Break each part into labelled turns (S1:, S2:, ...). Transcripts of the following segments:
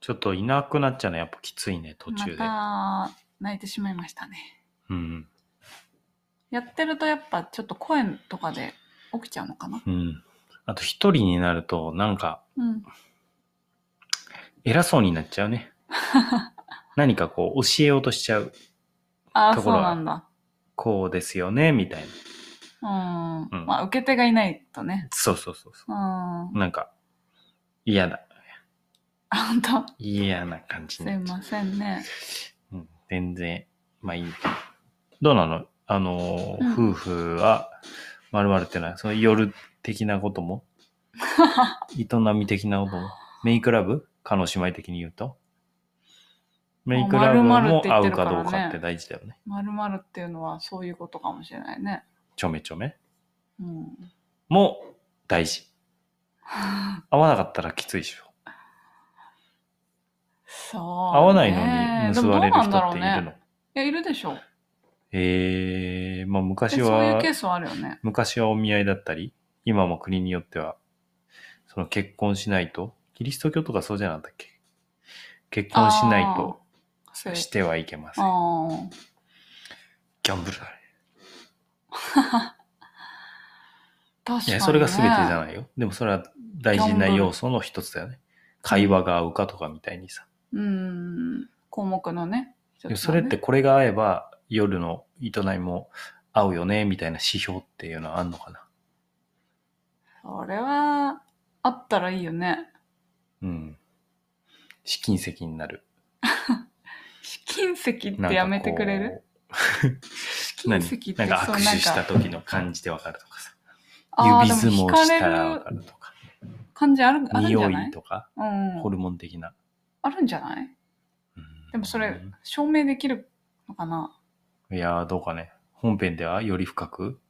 S1: ちょっといなくなっちゃうのはやっぱきついね、途中で。
S2: また泣いてしまいましたね。
S1: うん。
S2: やってるとやっぱちょっと声とかで起きちゃうのかな。
S1: うん。あと一人になると、なんか、
S2: うん。
S1: 偉そうになっちゃう ね。何かこう、教えようとしちゃう。
S2: ああ、
S1: と
S2: そ
S1: こ
S2: う
S1: ろが
S2: なんだ。
S1: こうですよね、みたいな。
S2: うん。
S1: うん
S2: まあ、受け手がいないとね。
S1: そうそうそうそ
S2: うん。 あ
S1: う。なんか、嫌だ。
S2: 本当
S1: 嫌な感じ
S2: す
S1: にないっちゃう
S2: ませんね。
S1: うん、全然、まあいい。どうなのあのー、
S2: うん
S1: 夫婦は、まるまるってない。その夜的なこと も、営み的なことも、メイクラブ彼の姉妹的に言うと。メイクラブ
S2: まるまるっ
S1: も
S2: て言っ
S1: 合
S2: て
S1: う
S2: るか
S1: から
S2: ね
S1: どうかって大事だよね。
S2: まるまるっていうのはそういうことかもしれないね。
S1: ちょめちょめ
S2: うん。
S1: も大事。合わなかったらきついでしょ。
S2: そう、
S1: 合わないのに結ばれる人っているの。
S2: ね、いや、いるでしょう。
S1: えー、まあ
S2: で
S1: 昔
S2: そうい
S1: は
S2: うケースはあるよね。
S1: 昔はお見合いだったり、今も国によっては、その結婚しないと、キリスト教とかそうじゃなかったっけ結婚しないと
S2: そういう
S1: してはいけません。
S2: ああ。
S1: ギャンブルだね。
S2: 確か
S1: い
S2: に、ね。
S1: や、それが全てじゃないよ。でもそれは大事な要素の一つだよね。会話が合うかとかみたいにさ。
S2: うん。項目のね。
S1: でもそれってこれが合えば夜の営みも合うよね、みたいな指標っていうのはあんのかな。
S2: それは、あったらいいよね。
S1: うん。試金石になる。
S2: 試金石っ
S1: なんかこう
S2: てやめてくれる試 金
S1: 何
S2: 石っ
S1: な
S2: て
S1: んか
S2: そう
S1: 握手した時の感じでわかるとかさ。
S2: あー
S1: 指相撲し
S2: で
S1: たら
S2: も惹かれ
S1: わ
S2: る
S1: かるとか。
S2: 感じあるあるんじ
S1: 匂
S2: ゃないい
S1: とか、
S2: うん
S1: ホルモン的な。
S2: あるんじゃない
S1: うん
S2: でもそれ、証明できるのかない
S1: やー、どうかね。本編ではより深 く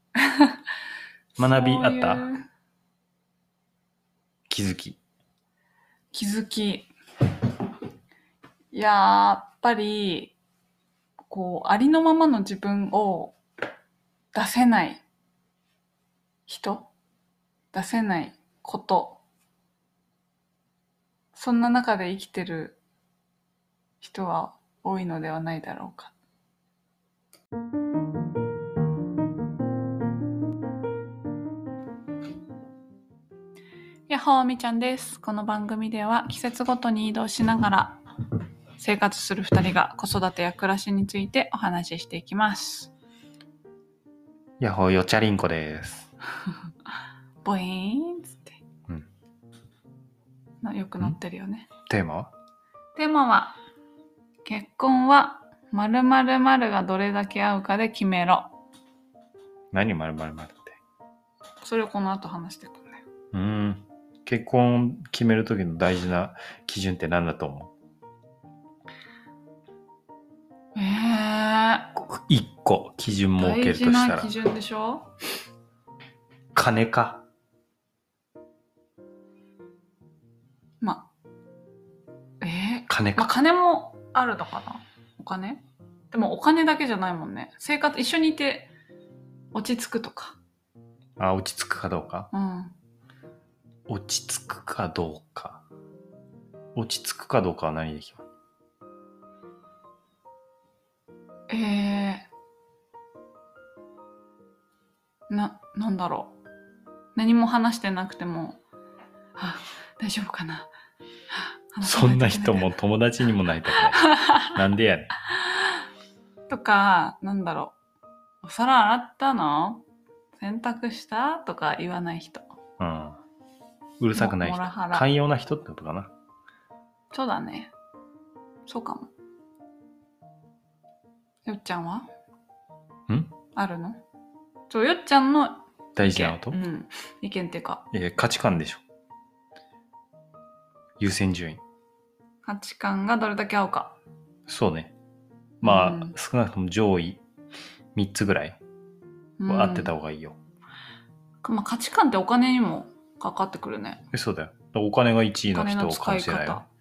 S1: 学び
S2: そういう
S1: あった気づき。
S2: 気づき。いやーやっぱり、こう、ありのままの自分を出せない人出せないこと。そんな中で生きてる人は多いのではないだろうか。やっほーみちゃんです。この番組では季節ごとに移動しながら生活する2人が子育てや暮らしについてお話ししていきます。
S1: やっほーよちゃりんこです。
S2: ボイーンっつって。
S1: うん
S2: なよくなってるよね。
S1: テーマは
S2: テーマは、結婚は〇〇〇がどれだけ合うかで決めろ。
S1: 何まるまるまるって。
S2: それをこの後話していくね。
S1: うーん。結婚決める時の大事な基準って何だと思
S2: えー
S1: う ?1 個基準設け
S2: 大
S1: るとし
S2: 事
S1: た
S2: な
S1: ら
S2: 基、準でしょ
S1: 金か。
S2: まあ、えー、
S1: 金
S2: まあ、
S1: か。
S2: 金もあるのかなお金でもお金だけじゃないもんね生活一緒にいて落ち着くとか
S1: あ、落ち着くかどうか。
S2: うん
S1: 落ち着くかどうか。落ち着くかどうかは何で決まる
S2: えー、ななんだろう何も話してなくてもあ大丈夫かなあ話さ
S1: そ
S2: い
S1: ん
S2: と
S1: ない
S2: けい
S1: 人 も友達にもなりたくない。なんでやねん。
S2: とかなんだろうお皿洗ったの洗濯したとか言わない人
S1: うん。うるさくない
S2: モ
S1: 人
S2: ラ。ハラ
S1: 寛容な人ってことかな。
S2: そうだね。そうかも。よっちゃんは
S1: ん
S2: あるのそう、よっちゃんの
S1: 大
S2: 意
S1: 事な
S2: 見
S1: こ。と、
S2: うん。意見っていうか、
S1: えー価値観でしょ。優先順位。
S2: 価値観がどれだけ合うか。
S1: そうね。まあ、
S2: うん
S1: 少なくとも上位3つぐらい
S2: うん
S1: は合ってた方がいいよ。
S2: まあ、価値観ってお金にもかかってくるね。
S1: えそうだよ。お金が1位
S2: お
S1: の
S2: 金
S1: 人
S2: の
S1: をか
S2: 使
S1: も
S2: い
S1: しれないよ
S2: 方。。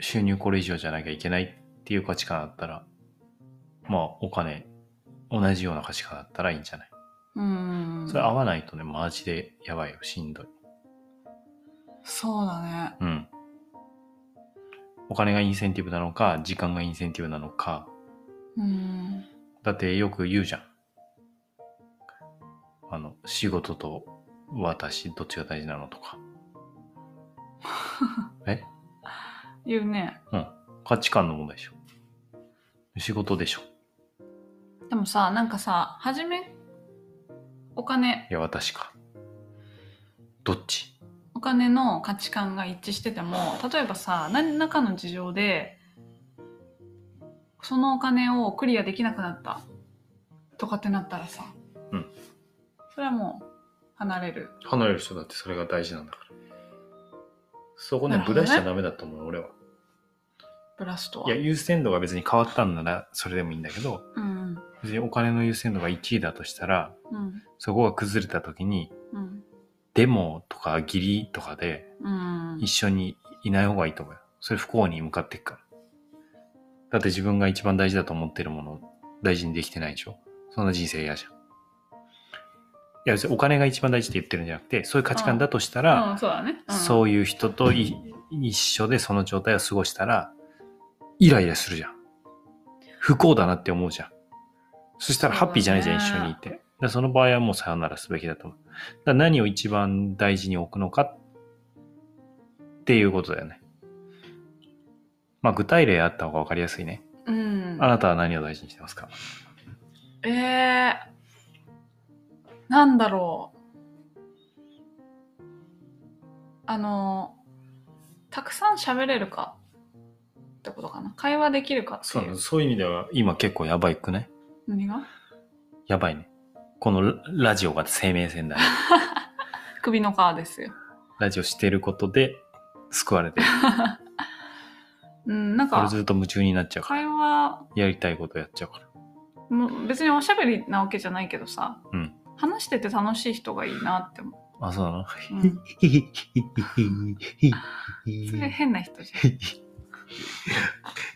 S1: 収入これ以上じゃなきゃいけないっていう価値観だったら、まあお金、同じような価値観だったらいいんじゃない
S2: うん。
S1: それ合わないとね、マジでやばいよ、しんどい。
S2: そうだね。
S1: うん。お金がインセンティブなのか、時間がインセンティブなのか。
S2: うん。
S1: だってよく言うじゃん。あの、仕事と私、どっちが大事なのとか。
S2: 言うね。
S1: 価値観の問題でしょ。仕事でしょ。
S2: でもさ、なんかさ、はじめ、お金、
S1: いや、私か。どっち
S2: お金の価値観が一致してても、例えばさ、何らかの事情で、そのお金をクリアできなくなったとかってなったらさ、
S1: うん
S2: それはもう離れる。
S1: 離れる人だってそれが大事なんだから。そこ
S2: な
S1: ね
S2: る、ほ
S1: ぶ
S2: どね
S1: らしちゃダメだと思う、俺は。
S2: ブラスト
S1: い
S2: は。
S1: や、優先度が別に変わったんなら、それでもいいんだけど、
S2: うん。
S1: 別にお金の優先度が1位だとしたら、
S2: うん。
S1: そこが崩れた時に、
S2: うん。
S1: でもとか義理とかで
S2: うん
S1: 一。緒にいない方がいいと思うよ。それ不幸に向かっていくから。だって自分が一番大事だと思ってるものを大事にできてないでしょ。そんな人生嫌じゃん。いや、別にお金が一番大事って言ってるんじゃなくて、そういう価値観だとしたら、
S2: うん、そうだね。うん、
S1: そういう人とい一緒でその状態を過ごしたら、イライラするじゃん。不幸だなって思うじゃん。そしたらハッピーじゃないじゃん、
S2: そう
S1: 一
S2: だ
S1: 緒
S2: ね
S1: にいて。だからその場合はもうさよならすべきだと思う。だから何を一番大事に置くのかっていうことだよね。まあ具体例あった方がわかりやすいね。
S2: うん。
S1: あなたは何を大事にしてますか
S2: えー、なんだろう。あの、たくさん喋れるかってことかな。会話できるかっていう。
S1: そういう意味では今結構やばいくね。
S2: 何が
S1: やばいね。このララジオが生命線だね。
S2: 首の皮ですよ。
S1: ラジオしてることで救われ てる。
S2: うん、なん
S1: これ
S2: か、
S1: ずっと夢中になっちゃうから。
S2: 会話、
S1: やりたいことやっちゃうから。
S2: もう別におしゃべりなわけじゃないけどさ、
S1: うん
S2: 話してて楽しい人がいいなって思
S1: あ、そうな の
S2: う。 うん、それ変な人じ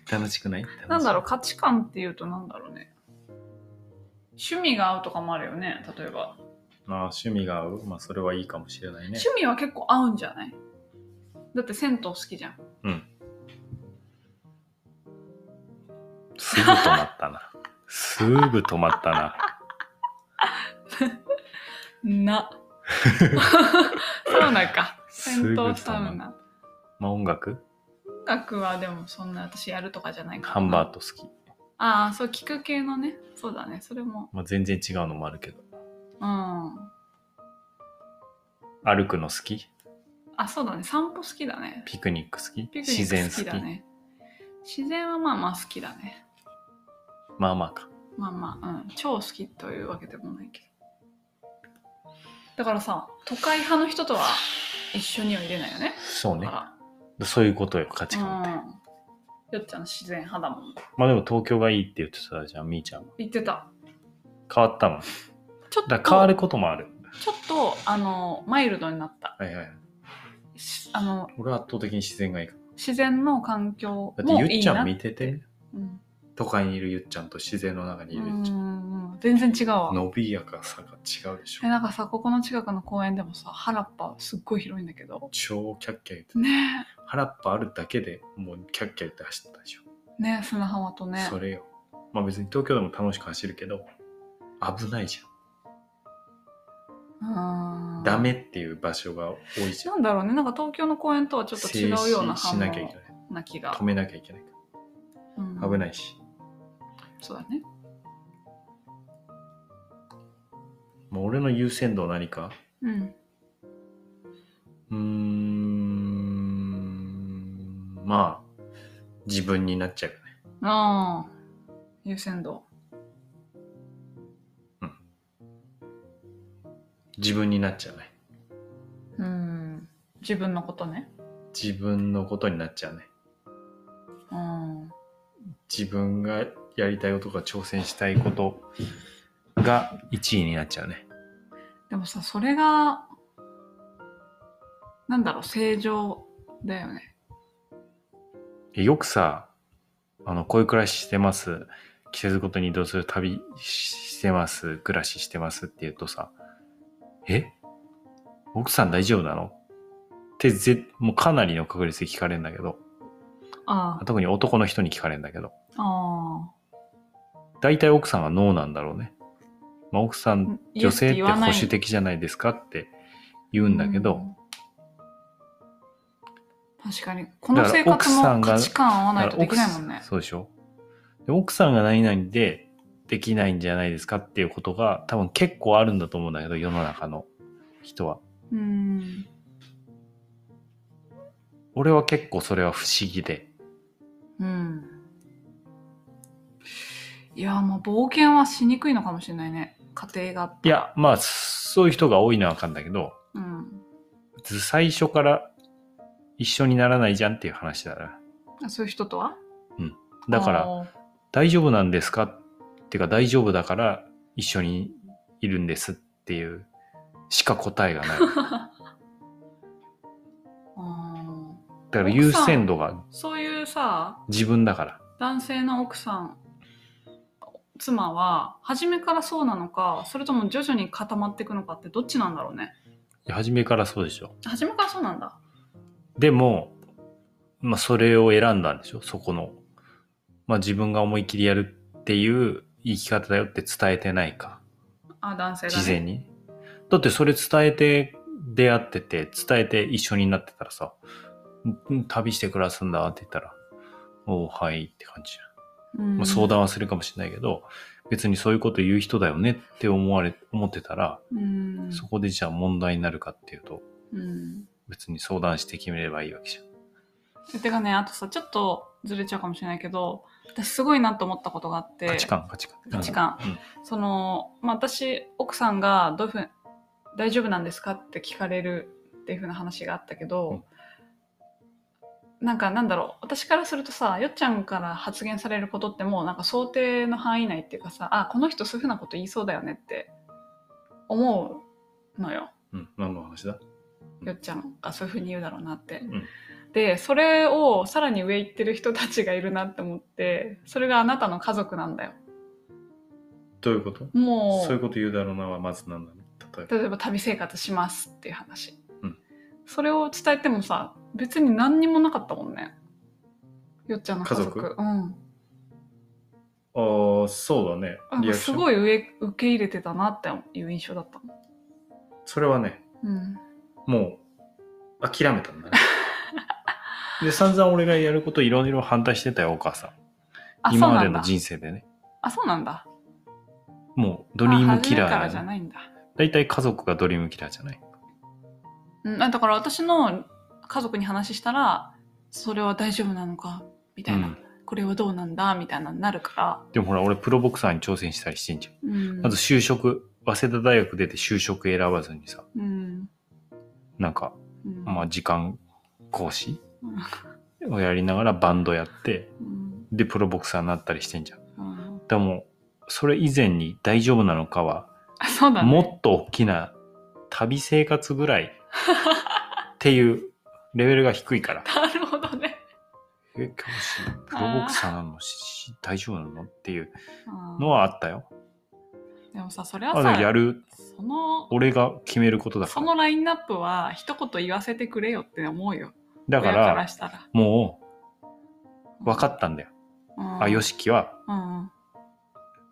S2: ゃ
S1: 楽しくない
S2: ん。なんだろう、価値観っていうとなんだろうね。趣味が合うとかもあるよね、例えば。
S1: まあ、趣味が合う。まあ、それはいいかもしれないね。
S2: 趣味は結構合うんじゃないだって銭湯好きじゃん。
S1: すぐ止まったな。すぐ止まった な。
S2: な。サウナか。
S1: す
S2: 銭
S1: ぐ
S2: 湯
S1: 止
S2: サ
S1: ま
S2: ウ
S1: った。
S2: ナ。
S1: まあ、音楽
S2: 音楽はでもそんな私やるとかじゃないから。
S1: ハンバート好き。
S2: ああ、そう、聞く系のね。そうだね、それも。
S1: まあ、全然違うのもあるけど。
S2: うん。あ、
S1: 歩くの好き
S2: そうだね、散歩好きだね。
S1: ピクニック好き
S2: ピクニ
S1: 自
S2: ッ
S1: 然
S2: ク好きだ
S1: 好き、
S2: ね。自然はまあまあ好きだね。
S1: まあまあか。
S2: まあまあ、うん。超好きというわけでもないけど。だからさ、都会派の人とは一緒にはいれないよね。
S1: そう
S2: だ
S1: ね
S2: か。ら
S1: そういうことよ、価値観って。
S2: うん、よっちゃんの自然派だもん
S1: まあでも東京がいいって言ってたじゃん、みーちゃんは。
S2: 言ってた
S1: 変わったもん。
S2: ちょっと
S1: だから変わることもある。
S2: ちょっとあのマイルドになった
S1: はいはい。
S2: しあの
S1: 俺は圧倒的に自然がいいから。
S2: 自然の環境
S1: だっ
S2: も
S1: てゆ
S2: い
S1: っ
S2: い
S1: ち
S2: な
S1: ゃん見てて、
S2: うん
S1: 都会にいるゆっちゃんと自然の中にいるゆっちゃん。
S2: うん全然違うわ
S1: 伸びやかさが違うでし
S2: え
S1: ょ。
S2: なんかさここの近くの公園でもさ原っぱすっごい広いんだけど
S1: 超キャッキャ言って、
S2: ね
S1: 腹っぱあるだけでもうキャッキャ言って走ってたでしょ。
S2: えねえ砂浜とね
S1: それよ。まあ別に東京でも楽しく走るけど、危ないじ
S2: う
S1: ゃ
S2: ん
S1: ん。ダメっていう場所が多いじゃん。
S2: なんだろうねなんか東京の公園とはちょっと違うような
S1: 制止し
S2: 反
S1: なきゃいけない。
S2: 応な気が
S1: 止、めなきゃいけないか
S2: うん
S1: ら。危ないし。
S2: そうだね
S1: もう俺の優先度は何か
S2: うん
S1: うーん、まあ、自分になっちゃうよね。
S2: ああ優先度
S1: 自分になっちゃうね。
S2: うん自分のことね。
S1: 自分のことになっちゃうね。
S2: うん。
S1: 自分がやりたいことか挑戦したいことが1位になっちゃうね。
S2: でもさ、それが、なんだろう、正常だよね。
S1: よくさ、あの、こういう暮らししてます。季節ごとに移動する旅ししてます。暮らししてますって言うとさ、え奥さん大丈夫なのっってぜ、もうかなりの確率で聞かれるんだけど、
S2: あ
S1: 特に男の人に聞かれるんだけど、
S2: あ、あ
S1: 大体奥さんはノーなんだろうね。まあ、奥さ
S2: あ
S1: ん、。女性って保守的じゃないですかって言うんだけど、
S2: うん確かに。この
S1: だ
S2: 生活
S1: から奥さん
S2: も
S1: が
S2: 価値観合わないとでき
S1: 奥
S2: な
S1: さ
S2: いもんね。
S1: そうでしょで奥さんが何々でできないんじゃないですかっていうことが多分結構あるんだと思うんだけど世の中の人は
S2: うん。
S1: 俺は結構それは不思議で
S2: うん。いや、まあ冒険はしにくいのかもしれないね。家庭があって。
S1: いやまあそういう人が多いのは分かんだけど
S2: うん。
S1: 最初から一緒にならないじゃんっていう話だな
S2: あそういう人とは
S1: だから
S2: あー
S1: 大丈夫なんですかっていうか大丈夫だから一緒にいるんですっていうしか答えがないだ
S2: あー
S1: から優先度が
S2: そういうさ、
S1: 自分だから
S2: 男性の奥さん妻は初めからそうなのかそれとも徐々に固まっていくのかってどっちなんだろうね
S1: いや初めからそうでしょ
S2: 初めからそうなんだ
S1: でも、まあ、それを選んだんでしょそこの、まあ、自分が思い切りやるっていう言い方だよって伝えてないか
S2: あ男性が、ね、
S1: 事前にだってそれ伝えて出会ってて伝えて一緒になってたらさ「んん旅して暮らすんだ」って言ったら「おうはい」って感じじ
S2: うん
S1: ゃん、まあ、相談はするかもしれないけど別にそういうこと言う人だよねって思われ思ってたら
S2: うん
S1: そこでじゃあ問題になるかっていうと
S2: うん
S1: 別に相談して決めればいいわけじゃん
S2: てかねあとさちょっとずれちゃうかもしれないけど私すごいなと思ったことがあって
S1: 価値観価値観
S2: 価値観、その、まあ、私奥さんがどういうふう大丈夫なんですかって聞かれるっていうふうな話があったけど、なんかなんだろう私からするとさよっちゃんから発言されることってもうなんか想定の範囲内っていうかさあこの人そういうふうなこと言いそうだよねって思うのよ
S1: うん、うん、何の話だ
S2: よっちゃんがそういうふうに言うだろうなって。
S1: ん
S2: でそれをさらに上行ってる人たちがいるなって思ってそれがあなたの家族なんだよ。
S1: どういうこと
S2: もう
S1: こと言うだろうなはまず何なの例え
S2: 例えば旅生活しますっていう話、
S1: うん
S2: それを伝えてもさ別に何にもなかったもんねよっちゃんの家族
S1: 家
S2: うん
S1: ばああそうだね
S2: なんかすごい上受け入れてたなっていう印象だったの
S1: それはね
S2: うん
S1: もう諦めたんだ ねで散々俺がやることいろいろ反対してたよお母さん
S2: あそう
S1: 今ま
S2: な
S1: で
S2: ん
S1: の
S2: だ
S1: 人生でね
S2: あそうなんだ
S1: もうドリームキ
S2: あ初めか
S1: ラ
S2: ら
S1: ー
S2: じゃ
S1: だ、ね、
S2: ないんだ、
S1: 大体家族がドリームキラーじゃない
S2: うん、あだから私の家族に話したらそれは大丈夫なのかみたいな、
S1: うん
S2: これはどうなんだみたいなのになるか
S1: でもほら俺プロボクサーに挑戦したりしてんじゃん、
S2: ら、うん、
S1: まず就職早稲田大学出て就職選ばずにさ
S2: うん、
S1: なんか
S2: うん、
S1: まあ時間講師をやりながらバンドやって
S2: うん
S1: でプロボクサーになったりしてんじゃん
S2: うん
S1: でもそれ以前に大丈夫なのかは
S2: あ そうだね
S1: もっと大きな旅生活ぐらいっていうレベルが低い から
S2: なるほどね。
S1: え教師プロボクサーなのしし大丈夫なのっていうの
S2: は
S1: はあったよ
S2: でもさそれは
S1: あ
S2: さ
S1: やる
S2: その
S1: 俺が決めることだか
S2: そ
S1: ら
S2: のラインナップは一言言わせてくれよって思うよ。
S1: だか
S2: 親から
S1: ら
S2: したら。
S1: もう分かったんだよ、
S2: うん
S1: あよ。しきは
S2: うんうん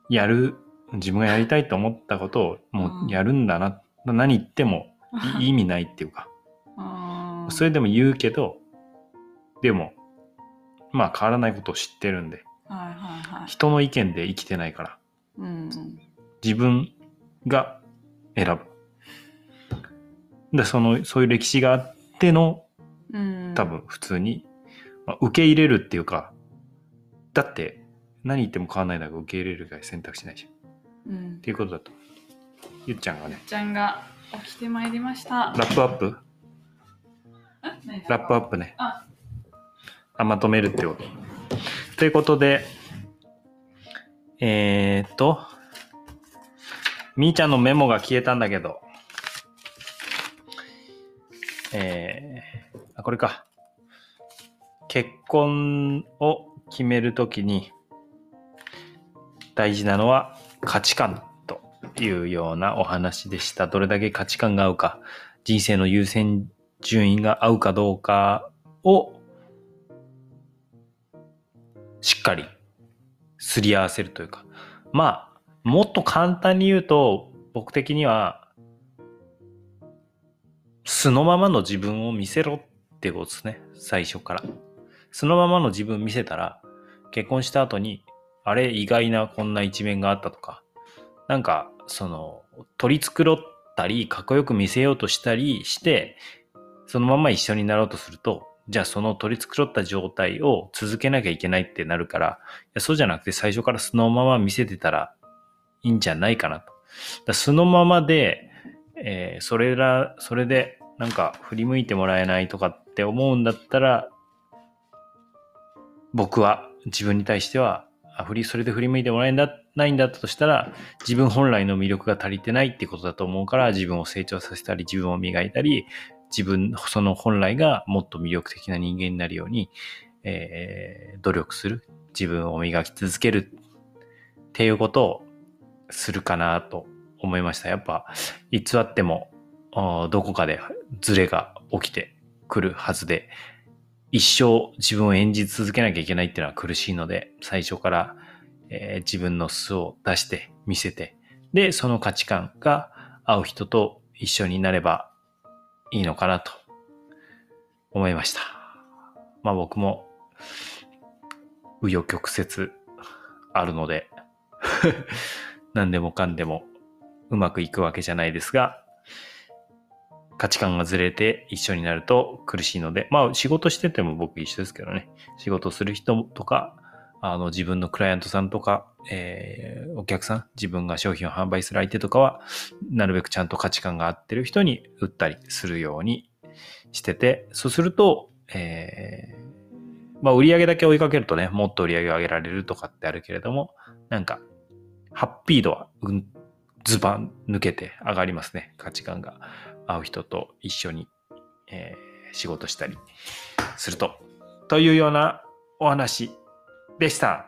S1: やる自分がやりたいと思ったことをもうやるんだな、何言って もい意味ないっていうか
S2: うん
S1: それでも言うけど、でも、まあ変わらないことを知ってるんで、
S2: はいはいはい。
S1: 人の意見で生きてないから、
S2: うん
S1: 自分が選ぶ。で、その、そういう歴史があっての、
S2: うん。
S1: 多分普通に、まあ、受け入れるっていうか、だって何言っても変わらないだから受け入れる以外選択しないじゃん。っ
S2: うん。
S1: ていうことだと。ゆっちゃんがね、
S2: ちゃんが起きてまいりました。
S1: ラップアップラップアッ
S2: プ。
S1: プね。
S2: あ
S1: あ、まとめるってこと。ということで、えー、っと、みーちゃんのメモが消えたんだけど、えー、あ、これか。結婚を決めるときに、大事なのは価値観というようなお話でした。どれだけ価値観が合うか、人生の優先順位が合うかどうかを、しっかりすり合わせるというか、まあ、もっと簡単に言うと、僕的には、素のままの自分を見せろってことですね。最初から。素のままの自分見せたら、結婚した後に、あれ意外なこんな一面があったとか、なんか、その、取り繕ったり、かっこよく見せようとしたりして、そのまま一緒になろうとすると、じゃあその取り繕った状態を続けなきゃいけないってなるから、いやそうじゃなくて最初からそのまま見せてたらいいんじゃないかなと。だからそのままで、えーそれら、それでなんか振り向いてもらえないとかって思うんだったら、僕は自分に対しては、あ振り、それで振り向いてもらえなないんだったとしたら、自分本来の魅力が足りてないってことだと思うから、自分を成長させたり、自分を磨いたり、自分、その本来がもっと魅力的な人間になるように、えー努力する。自分を磨き続ける。っていうことをするかなと思いました。やっぱ、偽っても、あーどこかでズレが起きてくるはずで、一生自分を演じ続けなきゃいけないっていうのは苦しいので、最初から、えー自分の素を出して、見せて、で、その価値観が合う人と一緒になればいいのかなと思いました。まあ僕も、紆余曲折あるので、 何でもかんでもうまくいくわけじゃないですが、価値観がずれて一緒になると苦しいので、まあ仕事してても僕一緒ですけどね、仕事する人とか、あの自分のクライアントさんとか、えーお客さん、自分が商品を販売する相手とかは、なるべくちゃんと価値観が合ってる人に売ったりするようにしてて、そうすると、えーまあ売り上げだけ追いかけるとね、もっと売り上げを上げられるとかってあるけれども、なんか、ハッピー度は、うん、ズバン抜けて上がりますね。価値観が合う人と一緒に、えー仕事したりすると。というようなお話でした。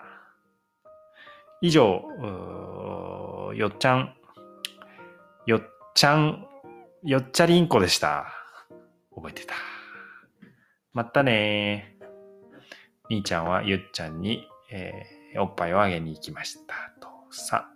S1: 以上、うーよっちゃん、よっちゃん、よっちゃりんこでした。覚えてた。またねー。兄ちゃんはゆっちゃんに、えーおっぱいをあげに行きました。とさ。